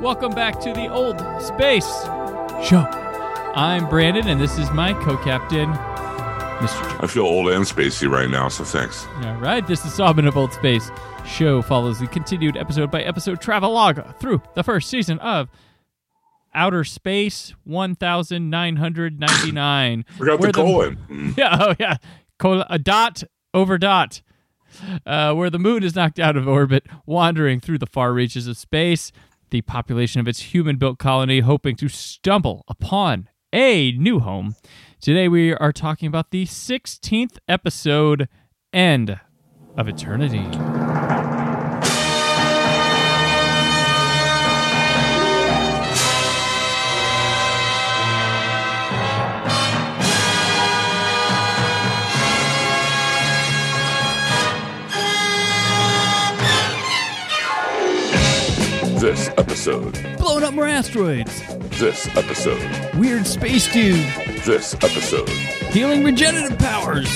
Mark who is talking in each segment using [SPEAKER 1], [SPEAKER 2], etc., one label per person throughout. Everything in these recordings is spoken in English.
[SPEAKER 1] Welcome back to the Old Space Show. I'm Brandon, and this is my co-captain, Mr.
[SPEAKER 2] I feel old and spacey right now, so thanks.
[SPEAKER 1] All right, this installment of Old Space Show follows the continued episode by episode travelogue through the first season of Outer Space 1999.
[SPEAKER 2] Forgot
[SPEAKER 1] Where
[SPEAKER 2] the colon. Mm.
[SPEAKER 1] Yeah, oh yeah. Col- a dot over dot. Uh, where the moon is knocked out of orbit, wandering through the far reaches of space, the population of its human built colony hoping to stumble upon a new home. Today we are talking about the 16th episode, End of Eternity.
[SPEAKER 2] This episode.
[SPEAKER 1] Blowing up more asteroids,
[SPEAKER 2] This episode.
[SPEAKER 1] weird space dude,
[SPEAKER 2] This episode.
[SPEAKER 1] healing regenerative powers.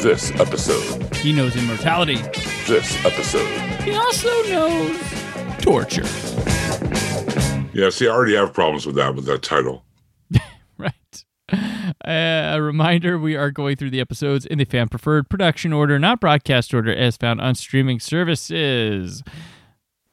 [SPEAKER 2] This episode.
[SPEAKER 1] He knows immortality.
[SPEAKER 2] This episode.
[SPEAKER 1] He also knows torture.
[SPEAKER 2] Yeah, see, I already have problems with that, with that title.
[SPEAKER 1] Right. Uh, a reminder we are going through the episodes in the fan preferred production order, not broadcast order, as found on streaming services.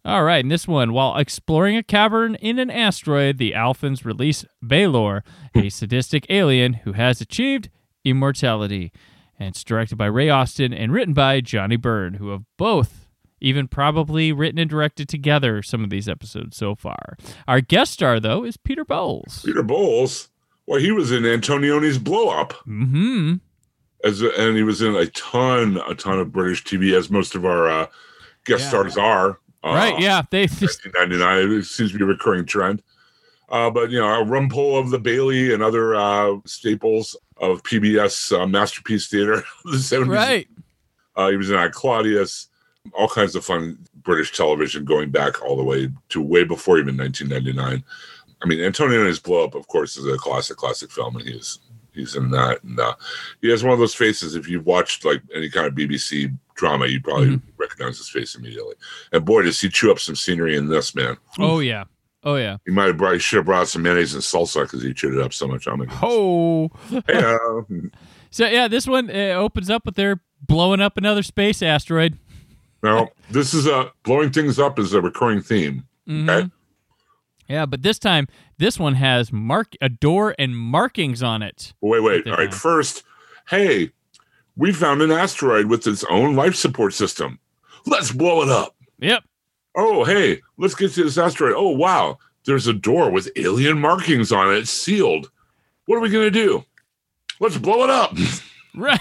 [SPEAKER 1] All right, in this one, while exploring a cavern in an asteroid, the Alphans release Baylor, a sadistic alien who has achieved immortality. And it's directed by Ray Austin and written by Johnny Byrne, who have both even probably written and directed together some of these episodes so far. Our guest star, though, is Peter Bowles.
[SPEAKER 2] Peter Bowles. Well, he was in Antonioni's Blow Up,
[SPEAKER 1] hmm.
[SPEAKER 2] as and he was in a ton, a ton of British TV, as most of our uh, guest
[SPEAKER 1] Yeah.
[SPEAKER 2] stars are. Uh,
[SPEAKER 1] Right, yeah. They just
[SPEAKER 2] 1999. It seems to be a recurring trend. Uh, but you know, a rumple of the Bailey and other uh, staples of PBS uh, masterpiece theater of the 70s.
[SPEAKER 1] right.
[SPEAKER 2] Uh, he was in I, Claudius. All kinds of fun British television going back all the way to way before even 1999. I mean, Antonio and his blow up, of course, is a classic, classic film, and he's he's in that. And uh, he has one of those faces. If you've watched like any kind of BBC drama, you probably recognize his face immediately. And boy, does he chew up some scenery in this man.
[SPEAKER 1] Oh yeah. Oh yeah.
[SPEAKER 2] He might have brought, he should have brought some mayonnaise and salsa because he chewed it up so much. I'm like,
[SPEAKER 1] Oh.
[SPEAKER 2] hey, uh,
[SPEAKER 1] So yeah, this one uh, opens up with their blowing up another space asteroid.
[SPEAKER 2] now this is a blowing things up is a recurring theme.
[SPEAKER 1] Mhm.
[SPEAKER 2] Okay.
[SPEAKER 1] Yeah, but this time this one has mark a door and markings on it.
[SPEAKER 2] Wait, wait.
[SPEAKER 1] they
[SPEAKER 2] All right.
[SPEAKER 1] found.
[SPEAKER 2] First, hey, we found an asteroid with its own life support system. Let's blow it up.
[SPEAKER 1] Yep.
[SPEAKER 2] Oh, hey, let's get to this asteroid. Oh, wow. There's a door with alien markings on it, It's sealed. What are we going to do? Let's blow it up.
[SPEAKER 1] Right.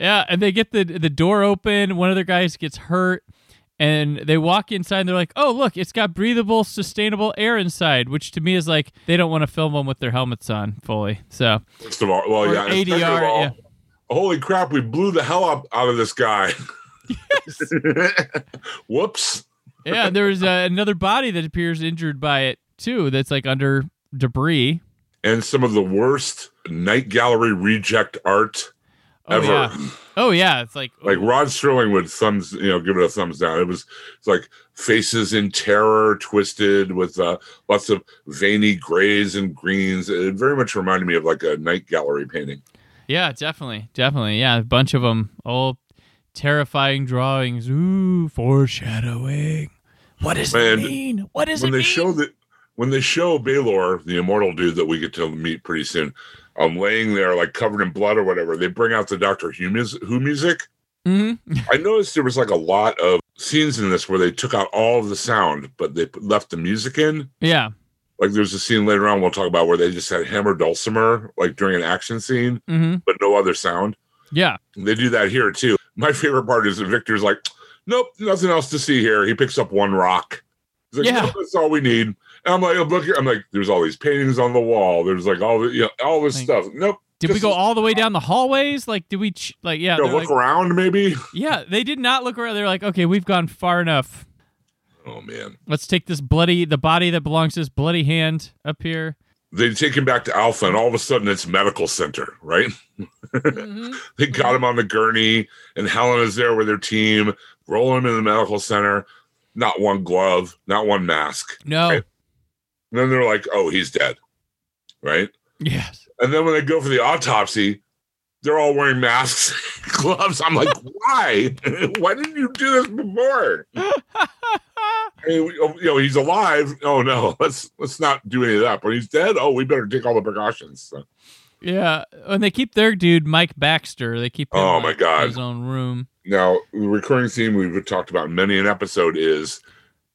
[SPEAKER 1] Yeah, and they get the the door open. One of their guys gets hurt, and they walk inside. and They're like, "Oh, look, it's got breathable, sustainable air inside," which to me is like they don't want to film them with their helmets on fully. So
[SPEAKER 2] First of all, well,
[SPEAKER 1] Or
[SPEAKER 2] yeah. and second
[SPEAKER 1] ADR,
[SPEAKER 2] of all,
[SPEAKER 1] yeah.
[SPEAKER 2] Holy crap, we blew the hell up out of this guy. Whoops.
[SPEAKER 1] yeah, there was uh, another body that appears injured by it too. That's like under debris.
[SPEAKER 2] And some of the worst night gallery reject art
[SPEAKER 1] Oh
[SPEAKER 2] ever.
[SPEAKER 1] yeah. Oh yeah. It's like,
[SPEAKER 2] like Rod Sterling would thumbs, you know, give it a thumbs down. It was it's like faces in terror, twisted with uh, lots of veiny grays and greens. It very much reminded me of like a night gallery painting.
[SPEAKER 1] yeah, definitely, definitely, yeah. A bunch of them, all terrifying drawings. Ooh, foreshadowing. What does
[SPEAKER 2] Man,
[SPEAKER 1] it mean? What does
[SPEAKER 2] when
[SPEAKER 1] it
[SPEAKER 2] they
[SPEAKER 1] mean?
[SPEAKER 2] show that, when they show Baylor, the immortal dude that we get to meet pretty soon, um, laying there like covered in blood or whatever, they bring out the Doctor Who, mus- Who music.
[SPEAKER 1] Mhm.
[SPEAKER 2] I noticed there was like a lot of scenes in this where they took out all of the sound, but they put- left the music in.
[SPEAKER 1] Yeah,
[SPEAKER 2] Like there's a scene later on we'll talk about where they just had hammer dulcimer like during an action scene,
[SPEAKER 1] Mm-hmm.
[SPEAKER 2] but no other sound.
[SPEAKER 1] Yeah.
[SPEAKER 2] They do that here too. My favorite part is that Victor's like, nope, nothing else to see here. He picks up one rock. He's like,
[SPEAKER 1] Yeah.
[SPEAKER 2] "Nope, that's all we need. And I'm like, I'm looking, I'm like, there's all these paintings on the wall. There's like all the, you know, all this
[SPEAKER 1] Like,
[SPEAKER 2] stuff. Nope.
[SPEAKER 1] Did we
[SPEAKER 2] This
[SPEAKER 1] go
[SPEAKER 2] is-
[SPEAKER 1] all the way down the hallways? Like, did we? Ch- like, yeah.
[SPEAKER 2] You know,
[SPEAKER 1] they're
[SPEAKER 2] look
[SPEAKER 1] like-
[SPEAKER 2] around, maybe.
[SPEAKER 1] yeah. They did not look around. They're like, okay, we've gone far enough.
[SPEAKER 2] Oh man,
[SPEAKER 1] Let's take this bloody, the body that belongs to this bloody hand up here.
[SPEAKER 2] they take him back to Alpha, and all of a sudden it's medical center, right?
[SPEAKER 1] Mhm.
[SPEAKER 2] They got him on the gurney, and Helen is there with her team, rolling him in the medical center. Not one glove, not one mask.
[SPEAKER 1] No.
[SPEAKER 2] Right. And then they're like, "Oh, he's dead," right?
[SPEAKER 1] Yes.
[SPEAKER 2] And then when they go for the autopsy, they're all wearing masks, gloves. I'm like, "Why? Why didn't you do this before?" I mean, we- oh, you know, he's alive. Oh no, let's let's not do any of that. But he's dead. Oh, we better take all the precautions. So,
[SPEAKER 1] yeah. And they keep their dude Mike Baxter. They keep. Him,
[SPEAKER 2] Oh, my
[SPEAKER 1] like,
[SPEAKER 2] God.
[SPEAKER 1] In his own room.
[SPEAKER 2] now, the recurring theme we've talked about in many an episode is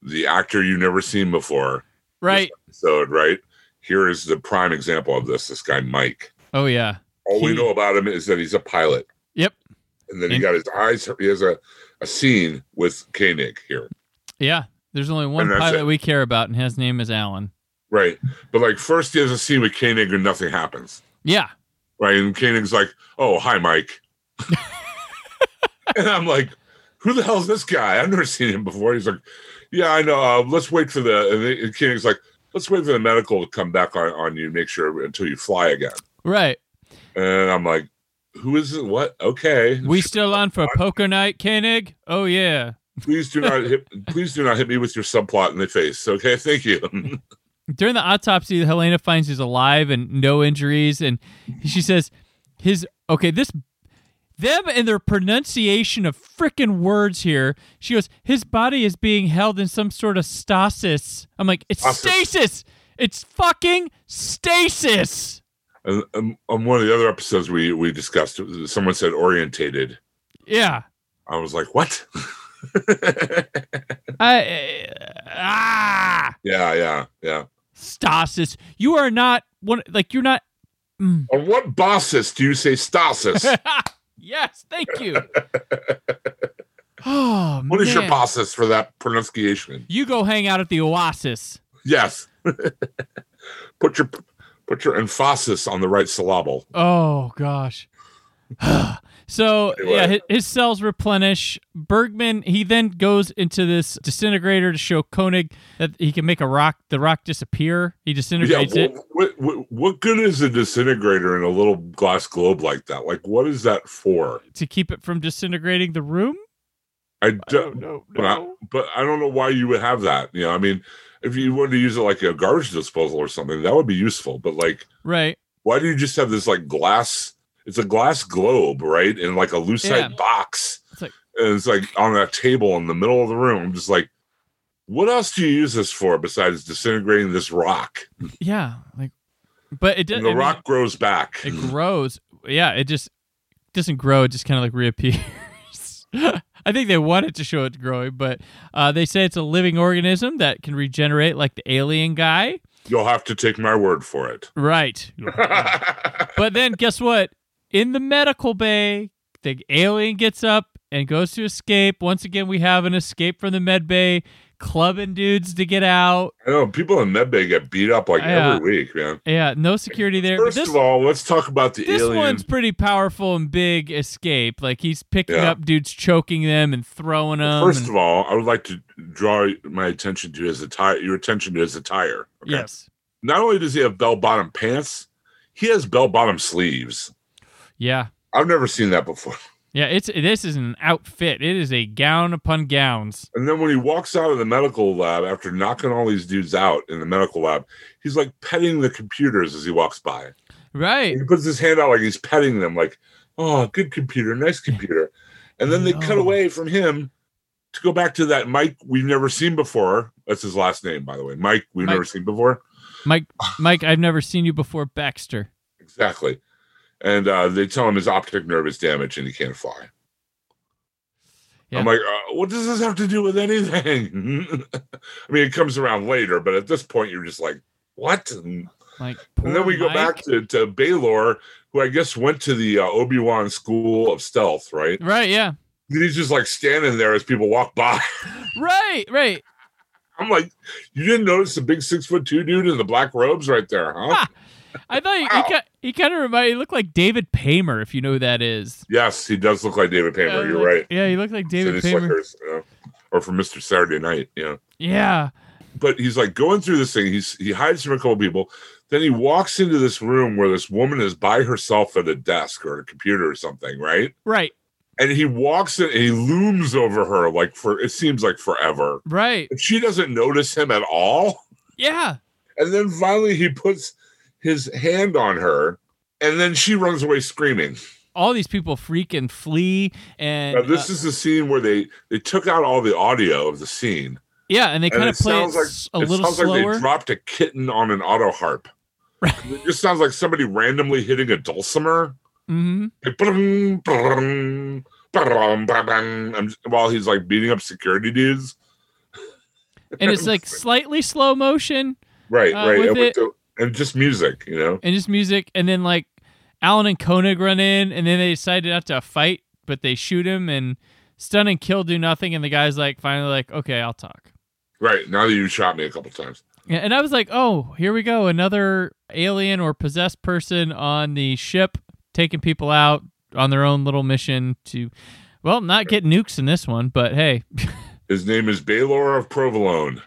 [SPEAKER 2] the actor you've never seen before.
[SPEAKER 1] Right.
[SPEAKER 2] Episode right here is the prime example of this. This guy Mike.
[SPEAKER 1] Oh yeah.
[SPEAKER 2] All we
[SPEAKER 1] He-
[SPEAKER 2] know about him is that he's a pilot.
[SPEAKER 1] Yep.
[SPEAKER 2] And then he
[SPEAKER 1] And-
[SPEAKER 2] got his eyes. He has a a scene with Koenig here.
[SPEAKER 1] Yeah. There's only one
[SPEAKER 2] And that's
[SPEAKER 1] pilot
[SPEAKER 2] it.
[SPEAKER 1] we care about, and his name is Alan.
[SPEAKER 2] Right. But like first he has a scene with Koenig and nothing happens.
[SPEAKER 1] Yeah.
[SPEAKER 2] right? And Koenig's like, "Oh, hi, Mike," and I'm like, "Who the hell's this guy? I've never seen him before." He's like, "Yeah, I know. Uh, let's wait for the." And, the, and Koenig's like, "Let's wait for the medical to come back on, on you, make sure until you fly again."
[SPEAKER 1] Right.
[SPEAKER 2] And I'm like, "Who is it? What? Okay,
[SPEAKER 1] We still on for poker night, Koenig? Oh yeah.
[SPEAKER 2] please do not hit. Please do not hit me with your subplot in the face. Okay, thank you."
[SPEAKER 1] During the autopsy, Helena finds he's alive and no injuries, and she says, "His okay, this them and their pronunciation of frickin' words here." She goes, "His body is being held in some sort of stasis." I'm like, "It's
[SPEAKER 2] Stasis.
[SPEAKER 1] stasis. It's fucking stasis."
[SPEAKER 2] and, um, on one of the other episodes we we discussed, someone said orientated.
[SPEAKER 1] Yeah,
[SPEAKER 2] I was like, "What?"
[SPEAKER 1] I uh, ah
[SPEAKER 2] yeah, yeah, yeah.
[SPEAKER 1] stasis. You are not one like you're not. Mm.
[SPEAKER 2] On what bosses do you say stasis?
[SPEAKER 1] yes, thank you. oh
[SPEAKER 2] What is your
[SPEAKER 1] man.
[SPEAKER 2] bosses for that pronunciation?
[SPEAKER 1] You go hang out at the Oasis.
[SPEAKER 2] Yes. put your put your emphasis on the right syllable.
[SPEAKER 1] Oh gosh. so
[SPEAKER 2] Anyway.
[SPEAKER 1] yeah, his, his cells replenish. Bergman he then goes into this disintegrator to show Koenig that he can make a rock, the rock disappear. He
[SPEAKER 2] Yeah,
[SPEAKER 1] disintegrates it.
[SPEAKER 2] what, what, what, what good is a disintegrator in a little glass globe like that? Like, what is that for?
[SPEAKER 1] to keep it from disintegrating the room.
[SPEAKER 2] I don't,
[SPEAKER 1] know.
[SPEAKER 2] but, I, but I don't know why you would have that. You know, I mean, if you wanted to use it like a garbage disposal or something, that would be useful. But like,
[SPEAKER 1] Right.
[SPEAKER 2] why do you just have this like glass? It's a glass globe, right? And like a lucite
[SPEAKER 1] Yeah.
[SPEAKER 2] box.
[SPEAKER 1] It's like-
[SPEAKER 2] and it's like on a table in the middle of the room. I'm just like, what else do you use this for besides disintegrating this rock?
[SPEAKER 1] Yeah. Like, but it does.
[SPEAKER 2] And the rock grows back.
[SPEAKER 1] It grows. Yeah. It just doesn't grow. It just kind of like reappears. I think they want it to show it growing, but uh, they say it's a living organism that can regenerate like the alien guy.
[SPEAKER 2] You'll have to take my word for it.
[SPEAKER 1] Right. but then guess what? In the medical bay, the alien gets up and goes to escape. Once again, we have an escape from the med bay, clubbing dudes to get out.
[SPEAKER 2] I know people in medbay get beat up like
[SPEAKER 1] Yeah.
[SPEAKER 2] every week, man.
[SPEAKER 1] Yeah, no security there. But
[SPEAKER 2] First
[SPEAKER 1] this,
[SPEAKER 2] of all, let's talk about the
[SPEAKER 1] this
[SPEAKER 2] alien.
[SPEAKER 1] one's pretty powerful and big escape. Like he's picking
[SPEAKER 2] Yeah.
[SPEAKER 1] up dudes, choking them, Um, and throwing them.
[SPEAKER 2] First of all, I would like to draw my attention to his attire. Your attention to his attire. okay?
[SPEAKER 1] yes,
[SPEAKER 2] Not only does he have bell-bottom pants, he has bell-bottom sleeves.
[SPEAKER 1] yeah,
[SPEAKER 2] I've never seen that before.
[SPEAKER 1] yeah. It's this is an outfit. It is a gown upon gowns.
[SPEAKER 2] And then when he walks out of the medical lab after knocking all these dudes out in the medical lab, he's like petting the computers as he walks by.
[SPEAKER 1] Right.
[SPEAKER 2] He puts his hand out like he's petting them, like, oh, good computer, nice computer. And then they cut
[SPEAKER 1] No.
[SPEAKER 2] away from him to go back to that Mike we've never seen before. That's his last name, by the way. Mike we've
[SPEAKER 1] Mike.
[SPEAKER 2] never seen before.
[SPEAKER 1] Mike, Mike, I've never seen you before, Baxter.
[SPEAKER 2] Exactly. And uh, they tell him his optic nerve is damaged and he can't fly.
[SPEAKER 1] Yeah.
[SPEAKER 2] I'm like, uh, what does this have to do with anything? I mean, it comes around later, but at this point, you're just like, what? And,
[SPEAKER 1] Like,
[SPEAKER 2] and then
[SPEAKER 1] poor
[SPEAKER 2] we go
[SPEAKER 1] Mike.
[SPEAKER 2] back to, to Baylor, who I guess went to the uh, Obi Wan School of Stealth, right?
[SPEAKER 1] Right, yeah.
[SPEAKER 2] And he's just like standing there as people walk by.
[SPEAKER 1] Right, right.
[SPEAKER 2] I'm like, you didn't notice the big six foot two dude in the black robes right there, huh?
[SPEAKER 1] I thought he,
[SPEAKER 2] Wow.
[SPEAKER 1] he, ki- he kind of reminded, he looked like David Paymer, if you know who that is.
[SPEAKER 2] yes, he does look like David
[SPEAKER 1] Yeah,
[SPEAKER 2] Paymer. You're
[SPEAKER 1] like-
[SPEAKER 2] right.
[SPEAKER 1] Yeah, he looked like David
[SPEAKER 2] Sidney
[SPEAKER 1] Paymer.
[SPEAKER 2] Slickers, you know, or from Mr. Saturday Night, yeah.
[SPEAKER 1] Yeah.
[SPEAKER 2] But he's like going through this thing. He's he hides from a couple people. Then he walks into this room where this woman is by herself at a desk or a computer or something, right?
[SPEAKER 1] Right,
[SPEAKER 2] And he walks in and he looms over her like for it seems like forever.
[SPEAKER 1] right.
[SPEAKER 2] And she doesn't notice him at all.
[SPEAKER 1] Yeah.
[SPEAKER 2] And then finally he puts his hand on her, and then she runs away screaming.
[SPEAKER 1] All these people freak and flee. And
[SPEAKER 2] Now, this
[SPEAKER 1] uh,
[SPEAKER 2] is the scene where they they took out all the audio of the scene.
[SPEAKER 1] yeah, and they
[SPEAKER 2] and
[SPEAKER 1] kind of
[SPEAKER 2] it
[SPEAKER 1] play it
[SPEAKER 2] sounds like-
[SPEAKER 1] s- a
[SPEAKER 2] it
[SPEAKER 1] little
[SPEAKER 2] sounds like
[SPEAKER 1] slower.
[SPEAKER 2] they dropped a kitten on an auto harp. it just sounds like somebody randomly hitting a dulcimer.
[SPEAKER 1] hmm
[SPEAKER 2] Like, brung, brung, brung, brung, I'm just- while he's like beating up security dudes.
[SPEAKER 1] And it's like slightly slow motion
[SPEAKER 2] Right,
[SPEAKER 1] Uh,
[SPEAKER 2] right.
[SPEAKER 1] with
[SPEAKER 2] And,
[SPEAKER 1] it-
[SPEAKER 2] the- and just music, you know?
[SPEAKER 1] and just music. And then like Alan and Koenig run in, and then they decide not to fight, but they shoot him and stun and kill do nothing. And the guy's like, finally, like, okay, I'll talk.
[SPEAKER 2] Right. Now that you shot me a couple times.
[SPEAKER 1] Yeah, and I was like, oh, here we go. Another alien or possessed person on the ship taking people out on their own little mission to, well, not get nukes in this one, but hey,
[SPEAKER 2] His name is Baylor of Provolone.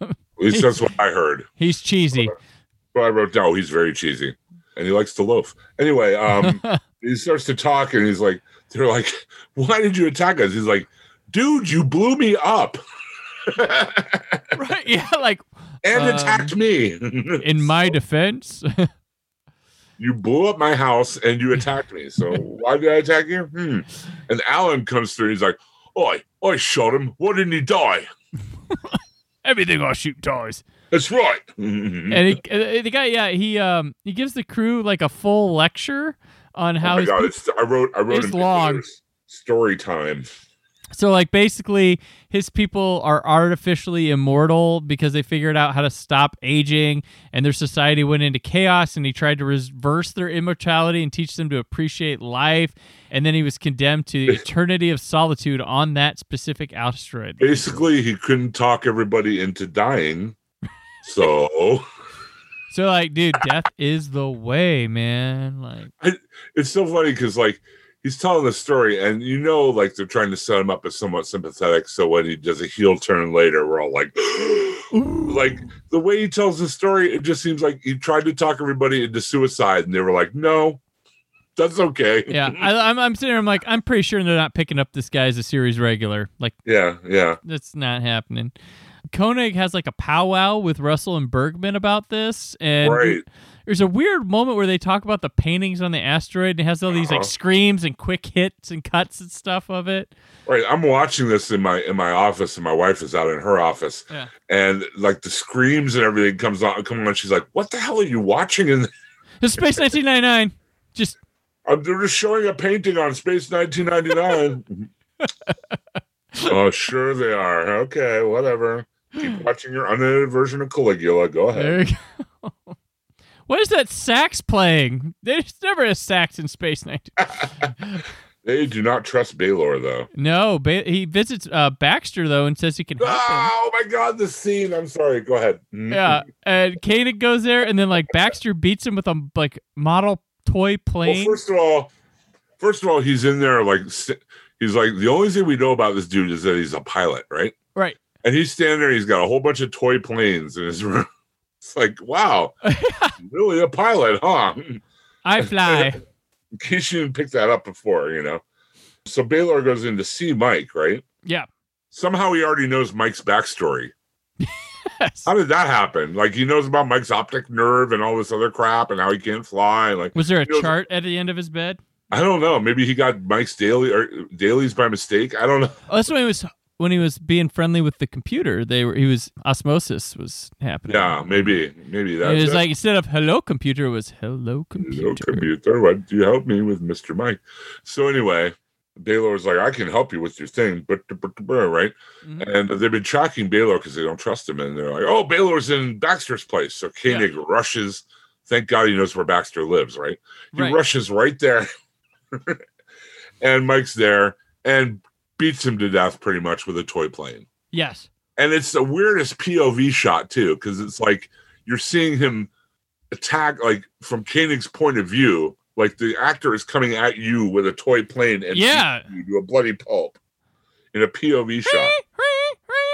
[SPEAKER 2] At least that's what I heard.
[SPEAKER 1] he's cheesy.
[SPEAKER 2] Well, I wrote down, "Oh, he's very cheesy and he likes to loaf. Anyway, um, he starts to talk and he's like, they're like, why did you attack us? He's like, dude, you blew me up
[SPEAKER 1] right? Yeah, like
[SPEAKER 2] and
[SPEAKER 1] Um,
[SPEAKER 2] attacked me.
[SPEAKER 1] in my defense,
[SPEAKER 2] you blew up my house and you attacked me. So why did I attack you? Hmm. And Alan comes through and he's like, Oi, I shot him. Why didn't he die?
[SPEAKER 1] everything I shoot dies.
[SPEAKER 2] That's right. Mm-hmm. Oh
[SPEAKER 1] And he, uh, the guy, yeah, he um he gives the crew like a full lecture on
[SPEAKER 2] oh
[SPEAKER 1] how
[SPEAKER 2] my
[SPEAKER 1] his
[SPEAKER 2] God, it's, I wrote, I wrote
[SPEAKER 1] It's
[SPEAKER 2] in
[SPEAKER 1] long.
[SPEAKER 2] Baylor's story time.
[SPEAKER 1] So like basically his people are artificially immortal because they figured out how to stop aging and their society went into chaos and he tried to reverse their immortality and teach them to appreciate life and then he was condemned to the eternity of solitude on that specific asteroid.
[SPEAKER 2] Basically, he couldn't talk everybody into dying. So.
[SPEAKER 1] So like dude death is the way, man. Like
[SPEAKER 2] it's so funny because like he's telling the story and you know like they're trying to set him up as somewhat sympathetic so when he does a heel turn later we're all like like the way he tells the story it just seems like he tried to talk everybody into suicide and they were like no that's okay
[SPEAKER 1] yeah, I, I'm I'm sitting there I'm like I'm pretty sure they're not picking up this guy as a series regular. Like
[SPEAKER 2] yeah yeah
[SPEAKER 1] that's not happening. Koenig has like a powwow with Russell and Bergman about this, and
[SPEAKER 2] right
[SPEAKER 1] there's a weird moment where they talk about the paintings on the asteroid, and it has all these like
[SPEAKER 2] Uh-huh.
[SPEAKER 1] screams and quick hits and cuts and stuff of it.
[SPEAKER 2] right i'm watching this in my in my office and my wife is out in her office
[SPEAKER 1] Yeah.
[SPEAKER 2] and like the screams and everything comes on come on she's like what the hell are you watching in
[SPEAKER 1] The Space 1999, just
[SPEAKER 2] Um, they're just showing a painting on Space 1999. oh, sure they are. Okay, whatever. Keep watching your unedited version of Caligula. Go
[SPEAKER 1] there
[SPEAKER 2] ahead.
[SPEAKER 1] you go. What is that sax playing? There's never a sax in Space 19.
[SPEAKER 2] They do not trust Baylor, though.
[SPEAKER 1] No, ba- he visits uh, Baxter though and says he can help him.
[SPEAKER 2] Oh my God, the scene. I'm sorry. Go ahead. Mm-hmm.
[SPEAKER 1] Yeah, and Koenig goes there, and then like Baxter beats him with a like model toy
[SPEAKER 2] Well,
[SPEAKER 1] plane.
[SPEAKER 2] first of all, first of all, he's in there like st- he's like the only thing we know about this dude is that he's a pilot, right?
[SPEAKER 1] Right.
[SPEAKER 2] And he's standing there. He's got a whole bunch of toy planes in his room. It's like, wow, really a pilot, huh?
[SPEAKER 1] I fly.
[SPEAKER 2] in case you didn't pick that up before, you know. So Baylor goes in to see Mike, right?
[SPEAKER 1] Yeah.
[SPEAKER 2] Somehow he already knows Mike's backstory.
[SPEAKER 1] Yes.
[SPEAKER 2] How did that happen? Like he knows about Mike's optic nerve and all this other crap and how he can't fly. Like
[SPEAKER 1] Was there a
[SPEAKER 2] He goes-
[SPEAKER 1] chart at the end of his bed?
[SPEAKER 2] I don't know. Maybe he got Mike's daily or dailies by mistake. I don't know.
[SPEAKER 1] Oh, that's when he was when he was being friendly with the computer. They were he was osmosis was happening.
[SPEAKER 2] Yeah, maybe, maybe
[SPEAKER 1] It
[SPEAKER 2] that's
[SPEAKER 1] was
[SPEAKER 2] it.
[SPEAKER 1] like instead of hello computer it was hello
[SPEAKER 2] Hello,
[SPEAKER 1] computer.
[SPEAKER 2] computer. What do you help me with, Mister Mike? So anyway, Baylor was like, I can help you with your thing, but right.
[SPEAKER 1] Mhm.
[SPEAKER 2] And they've been tracking Baylor because they don't trust him. And they're like, oh, Baylor's in Baxter's place. So Koenig rushes. Thank God he knows where Baxter lives, right? He
[SPEAKER 1] Right.
[SPEAKER 2] rushes right there. and Mike's there and beats him to death pretty much with a toy plane.
[SPEAKER 1] Yes.
[SPEAKER 2] And it's the weirdest POV shot, too, because it's like you're seeing him attack, like from Koenig's point of view, like the actor is coming at you with a toy plane and
[SPEAKER 1] yeah.
[SPEAKER 2] you to a bloody pulp in a POV shot.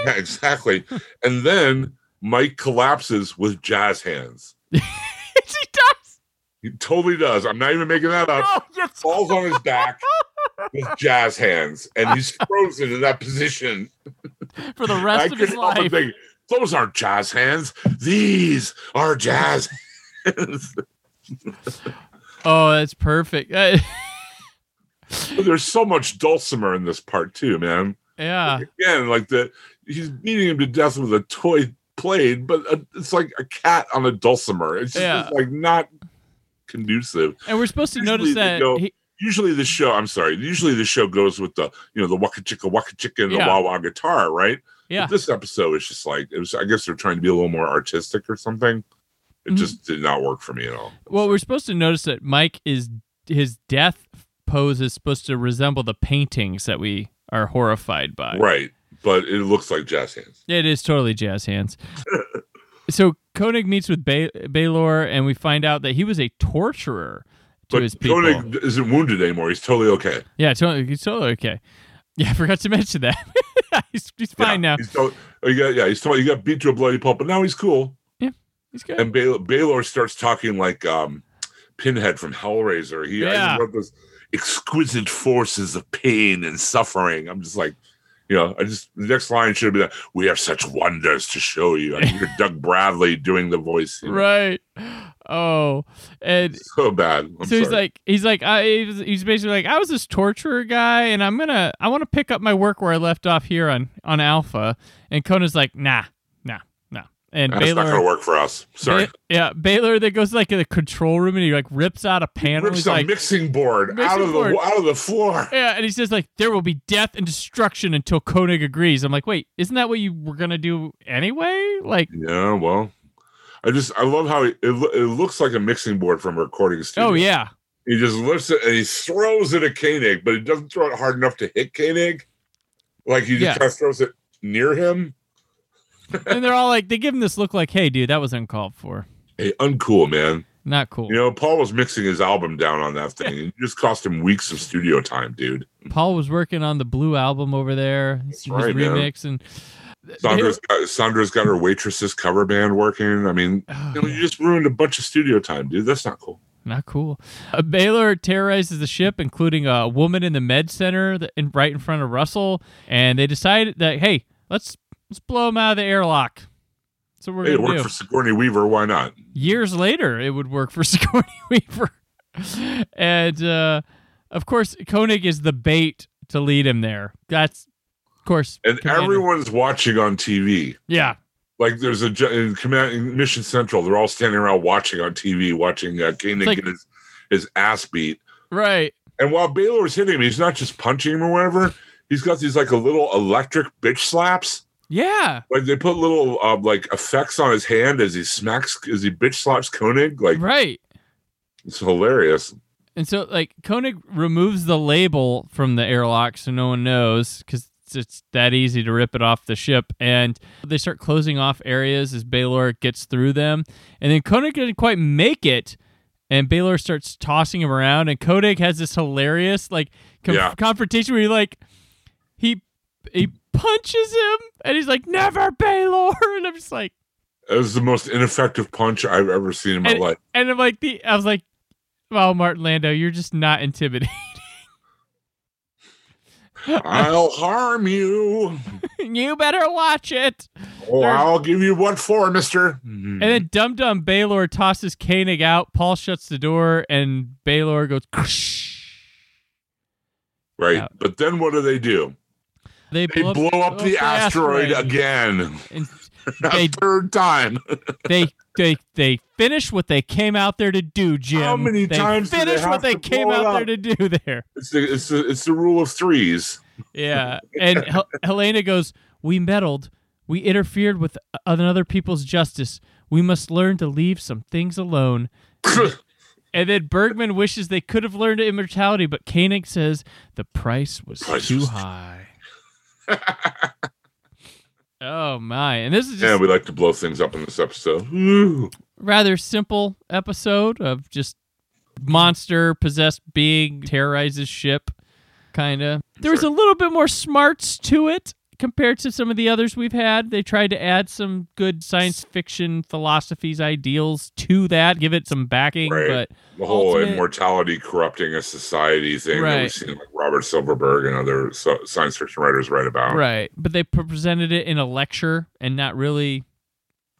[SPEAKER 2] Yeah, exactly. and then Mike collapses with jazz hands.
[SPEAKER 1] Yes, he does.
[SPEAKER 2] He totally does. I'm not even making that up.
[SPEAKER 1] Oh, yes.
[SPEAKER 2] Falls on his back with jazz hands, and he's frozen in that position.
[SPEAKER 1] For the rest
[SPEAKER 2] I
[SPEAKER 1] of his
[SPEAKER 2] couldn't help but
[SPEAKER 1] life.
[SPEAKER 2] think, Those aren't jazz hands. These are jazz hands.
[SPEAKER 1] Oh, that's perfect. Uh,
[SPEAKER 2] But There's so much dulcimer in this part too, man.
[SPEAKER 1] yeah.
[SPEAKER 2] Again, like the he's beating him to death with a toy plane, but uh it's like a cat on a dulcimer. It's just
[SPEAKER 1] Yeah.
[SPEAKER 2] it's like not conducive.
[SPEAKER 1] And we're supposed to
[SPEAKER 2] Usually
[SPEAKER 1] notice
[SPEAKER 2] they
[SPEAKER 1] that.
[SPEAKER 2] go-
[SPEAKER 1] he-
[SPEAKER 2] usually the show i'm sorry usually the show goes with the you know the waka chicka waka chicka and
[SPEAKER 1] Yeah.
[SPEAKER 2] the wah wah guitar right
[SPEAKER 1] yeah.
[SPEAKER 2] but this episode is just like it was i guess they're trying to be a little more artistic or something it
[SPEAKER 1] Mhm.
[SPEAKER 2] just did not work for me at all
[SPEAKER 1] Well, we're supposed to notice that Mike is his death pose is supposed to resemble the paintings that we are horrified by.
[SPEAKER 2] right but it looks like jazz hands
[SPEAKER 1] It is totally jazz hands. so Koenig meets with Bay- Baylor, and we find out that he was a torturer to his
[SPEAKER 2] but
[SPEAKER 1] people.
[SPEAKER 2] Koenig isn't wounded anymore he's totally okay
[SPEAKER 1] Yeah, totally, he's totally okay. Yeah, I forgot to mention that. he's, he's
[SPEAKER 2] Yeah,
[SPEAKER 1] fine now.
[SPEAKER 2] he's to- you got, yeah he's totally you got beat to a bloody pulp but now he's cool
[SPEAKER 1] He's good.
[SPEAKER 2] and Baylor, Baylor starts talking like um Pinhead from Hellraiser. He I
[SPEAKER 1] Yeah.
[SPEAKER 2] wrote those exquisite forces of pain and suffering. I'm just like, you know, I just the next line should be that we have such wonders to show you. I hear Doug Bradley doing the voice. you know.
[SPEAKER 1] right. Oh, and
[SPEAKER 2] So bad. I'm
[SPEAKER 1] so he's
[SPEAKER 2] sorry.
[SPEAKER 1] like, he's like, I, he's he's basically like, I was this torturer guy, and I'm gonna, I want to pick up my work where I left off here on on Alpha. And Kona's like, nah, nah, nah. And
[SPEAKER 2] that's not gonna
[SPEAKER 1] Baylor,
[SPEAKER 2] work for us. Sorry.
[SPEAKER 1] Ba- yeah, Baylor that goes like in the control room and he like rips out a panel.
[SPEAKER 2] Rips
[SPEAKER 1] he's
[SPEAKER 2] a
[SPEAKER 1] like,
[SPEAKER 2] mixing board out
[SPEAKER 1] Mixing
[SPEAKER 2] of
[SPEAKER 1] board.
[SPEAKER 2] the out of the floor.
[SPEAKER 1] yeah, and he says like, there will be death and destruction until Koenig agrees. I'm like, wait, isn't that what you were gonna do anyway? Like,
[SPEAKER 2] Yeah, well. I just I love how he, it, loo- it looks like a mixing board from a recording studio.
[SPEAKER 1] oh yeah,
[SPEAKER 2] He just lifts it and he throws it at Koenig, but he doesn't throw it hard enough to hit Koenig. Like he just
[SPEAKER 1] Yeah.
[SPEAKER 2] kind of throws it near him.
[SPEAKER 1] and they're all like, they give him this look like, hey, dude, that was uncalled for,
[SPEAKER 2] Hey, uncool, man.
[SPEAKER 1] not cool.
[SPEAKER 2] You know, Paul was mixing his album down on that thing. It just cost him weeks of studio time, dude.
[SPEAKER 1] Paul was working on the Blue album over there. That's his
[SPEAKER 2] right, man.
[SPEAKER 1] remix and
[SPEAKER 2] Sandra's got, Sandra's got her waitress's cover band working. I mean,
[SPEAKER 1] Oh,
[SPEAKER 2] you, know,
[SPEAKER 1] yeah.
[SPEAKER 2] you just ruined a bunch of studio time, dude. That's not cool.
[SPEAKER 1] not cool. Uh, Baylor terrorizes the ship, including a woman in the med center that, in, right in front of Russell, and they decide that hey, let's let's blow him out of the airlock. That's what we're
[SPEAKER 2] Hey, it
[SPEAKER 1] gonna
[SPEAKER 2] worked
[SPEAKER 1] do.
[SPEAKER 2] for Sigourney Weaver. Why not?
[SPEAKER 1] Years later, it would work for Sigourney Weaver, and uh, of course, Koenig is the bait to lead him there. That's of course,
[SPEAKER 2] And
[SPEAKER 1] Commander-
[SPEAKER 2] everyone's watching on TV.
[SPEAKER 1] yeah,
[SPEAKER 2] Like there's a ge- in command in Mission Central. They're all standing around watching on TV, watching uh, Koenig
[SPEAKER 1] like-
[SPEAKER 2] get his, his ass beat.
[SPEAKER 1] right.
[SPEAKER 2] And while Baylor's hitting him, he's not just punching him or whatever. He's got these like a little electric bitch slaps.
[SPEAKER 1] Yeah,
[SPEAKER 2] Like they put little um, like effects on his hand as he smacks, as he bitch slaps Koenig. Like
[SPEAKER 1] right.
[SPEAKER 2] it's hilarious.
[SPEAKER 1] And so, like, Koenig removes the label from the airlock so no one knows because it's, it's that easy to rip it off the ship. And they start closing off areas as Baylor gets through them. And then Koenig didn't quite make it. And Baylor starts tossing him around. And Koenig has this hilarious, like, com-
[SPEAKER 2] Yeah.
[SPEAKER 1] confrontation where he, like, he, he punches him and he's like, never, Baylor. And I'm just like,
[SPEAKER 2] It was the most ineffective punch I've ever seen in my
[SPEAKER 1] And-
[SPEAKER 2] life.
[SPEAKER 1] and I'm like, the, I was like, well, Martin Lando, you're just not intimidating.
[SPEAKER 2] I'll harm you.
[SPEAKER 1] you better watch it.
[SPEAKER 2] Oh,
[SPEAKER 1] There's-
[SPEAKER 2] I'll give you what for, Mister.
[SPEAKER 1] And then Dum Dum Baylor tosses Koenig out. Paul shuts the door, and Baylor goes. "Ksh."
[SPEAKER 2] right,
[SPEAKER 1] out.
[SPEAKER 2] but then what do they do? They
[SPEAKER 1] blow
[SPEAKER 2] blow up the asteroid again.
[SPEAKER 1] And They-
[SPEAKER 2] a third time.
[SPEAKER 1] They they they finish what they came out there to do, Jim.
[SPEAKER 2] How many
[SPEAKER 1] they
[SPEAKER 2] times do they
[SPEAKER 1] finish what
[SPEAKER 2] have
[SPEAKER 1] they
[SPEAKER 2] to
[SPEAKER 1] came
[SPEAKER 2] blow it
[SPEAKER 1] out there
[SPEAKER 2] up?
[SPEAKER 1] to do there?
[SPEAKER 2] It's the it's the, it's the rule of threes.
[SPEAKER 1] Yeah. And Hel- Helena goes, "We meddled. We interfered with another people's justice. We must learn to leave some things alone." And then Bergman wishes they could have learned immortality, but Koenig says the price was
[SPEAKER 2] Price
[SPEAKER 1] too
[SPEAKER 2] was-
[SPEAKER 1] high. oh my. And this is just
[SPEAKER 2] yeah, we like to blow things up in this episode. Woo.
[SPEAKER 1] rather simple episode of just monster possessed being terrorizes ship kind of there was a little bit more smarts to it compared to some of the others we've had they tried to add some good science fiction philosophies ideals to that give it some backing
[SPEAKER 2] Right.
[SPEAKER 1] but
[SPEAKER 2] The whole
[SPEAKER 1] Ultimate-
[SPEAKER 2] immortality corrupting a society thing that
[SPEAKER 1] Right.
[SPEAKER 2] we've seen like Robert Silverberg and other so- science fiction writers write about.
[SPEAKER 1] right but they pre- presented it in a lecture and not really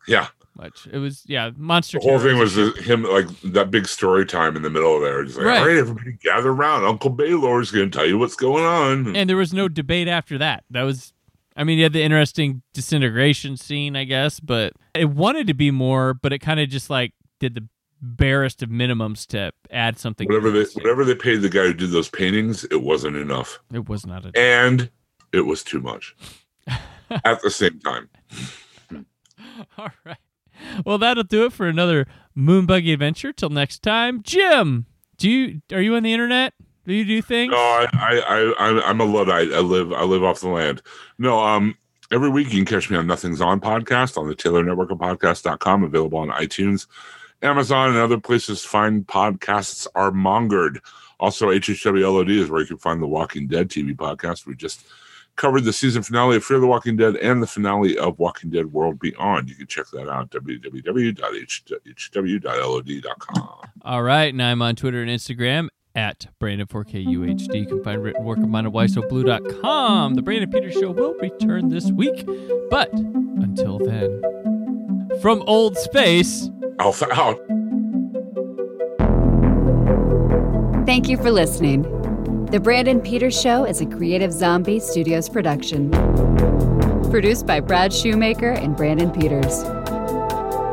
[SPEAKER 2] Yeah,
[SPEAKER 1] much it was yeah monster
[SPEAKER 2] the whole thing
[SPEAKER 1] terrorism.
[SPEAKER 2] was the, him like that big story time in the middle of there. Just like,
[SPEAKER 1] Right.
[SPEAKER 2] all right, everybody gather around. Uncle Baylor's going to tell you what's going on.
[SPEAKER 1] and there was no debate after that. That was, I mean, you had the interesting disintegration scene, I guess, but it wanted to be more, but it kind of just like did the barest of minimums to add something.
[SPEAKER 2] whatever they
[SPEAKER 1] interesting.
[SPEAKER 2] whatever they paid the guy who did those paintings, it wasn't enough,
[SPEAKER 1] It was not a.
[SPEAKER 2] and it was too much. At the same time,
[SPEAKER 1] All right. Well, that'll do it for another Moonbuggy adventure. Till next time, Jim. Do you are you on the internet? Do you do things?
[SPEAKER 2] no, I, I, I, I'm- I'm a luddite. I live, I live off the land. No, um, every week you can catch me on Nothing's On podcast on the Taylor Network of Podcast.com, available on iTunes, Amazon, and other places. Find podcasts are mongered. Also, HHWLOD is where you can find the Walking Dead TV podcast. We just covered the season finale of Fear the Walking Dead and the finale of Walking Dead World Beyond. You can check that out www.hw.lod.com.
[SPEAKER 1] All right, and I'm on Twitter and Instagram at Brandon4KUHD. You can find written work of mine at ysoblue.com. The Brandon Peters Show will return this week, but until then, from old space.
[SPEAKER 2] Alpha out.
[SPEAKER 3] Thank you for listening. The Brandon Peters Show is a Creative Zombie Studios production. Produced by Brad Shoemaker and Brandon Peters.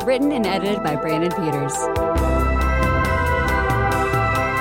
[SPEAKER 3] Written and edited by Brandon Peters.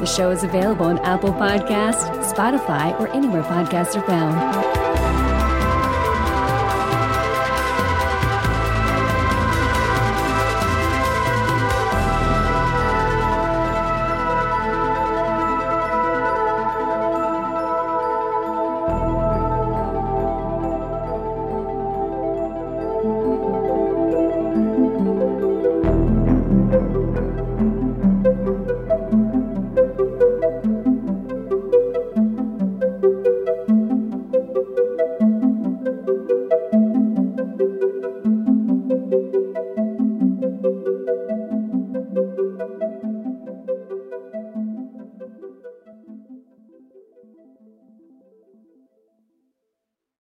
[SPEAKER 3] The show is available on Apple Podcasts, Spotify, or anywhere podcasts are found.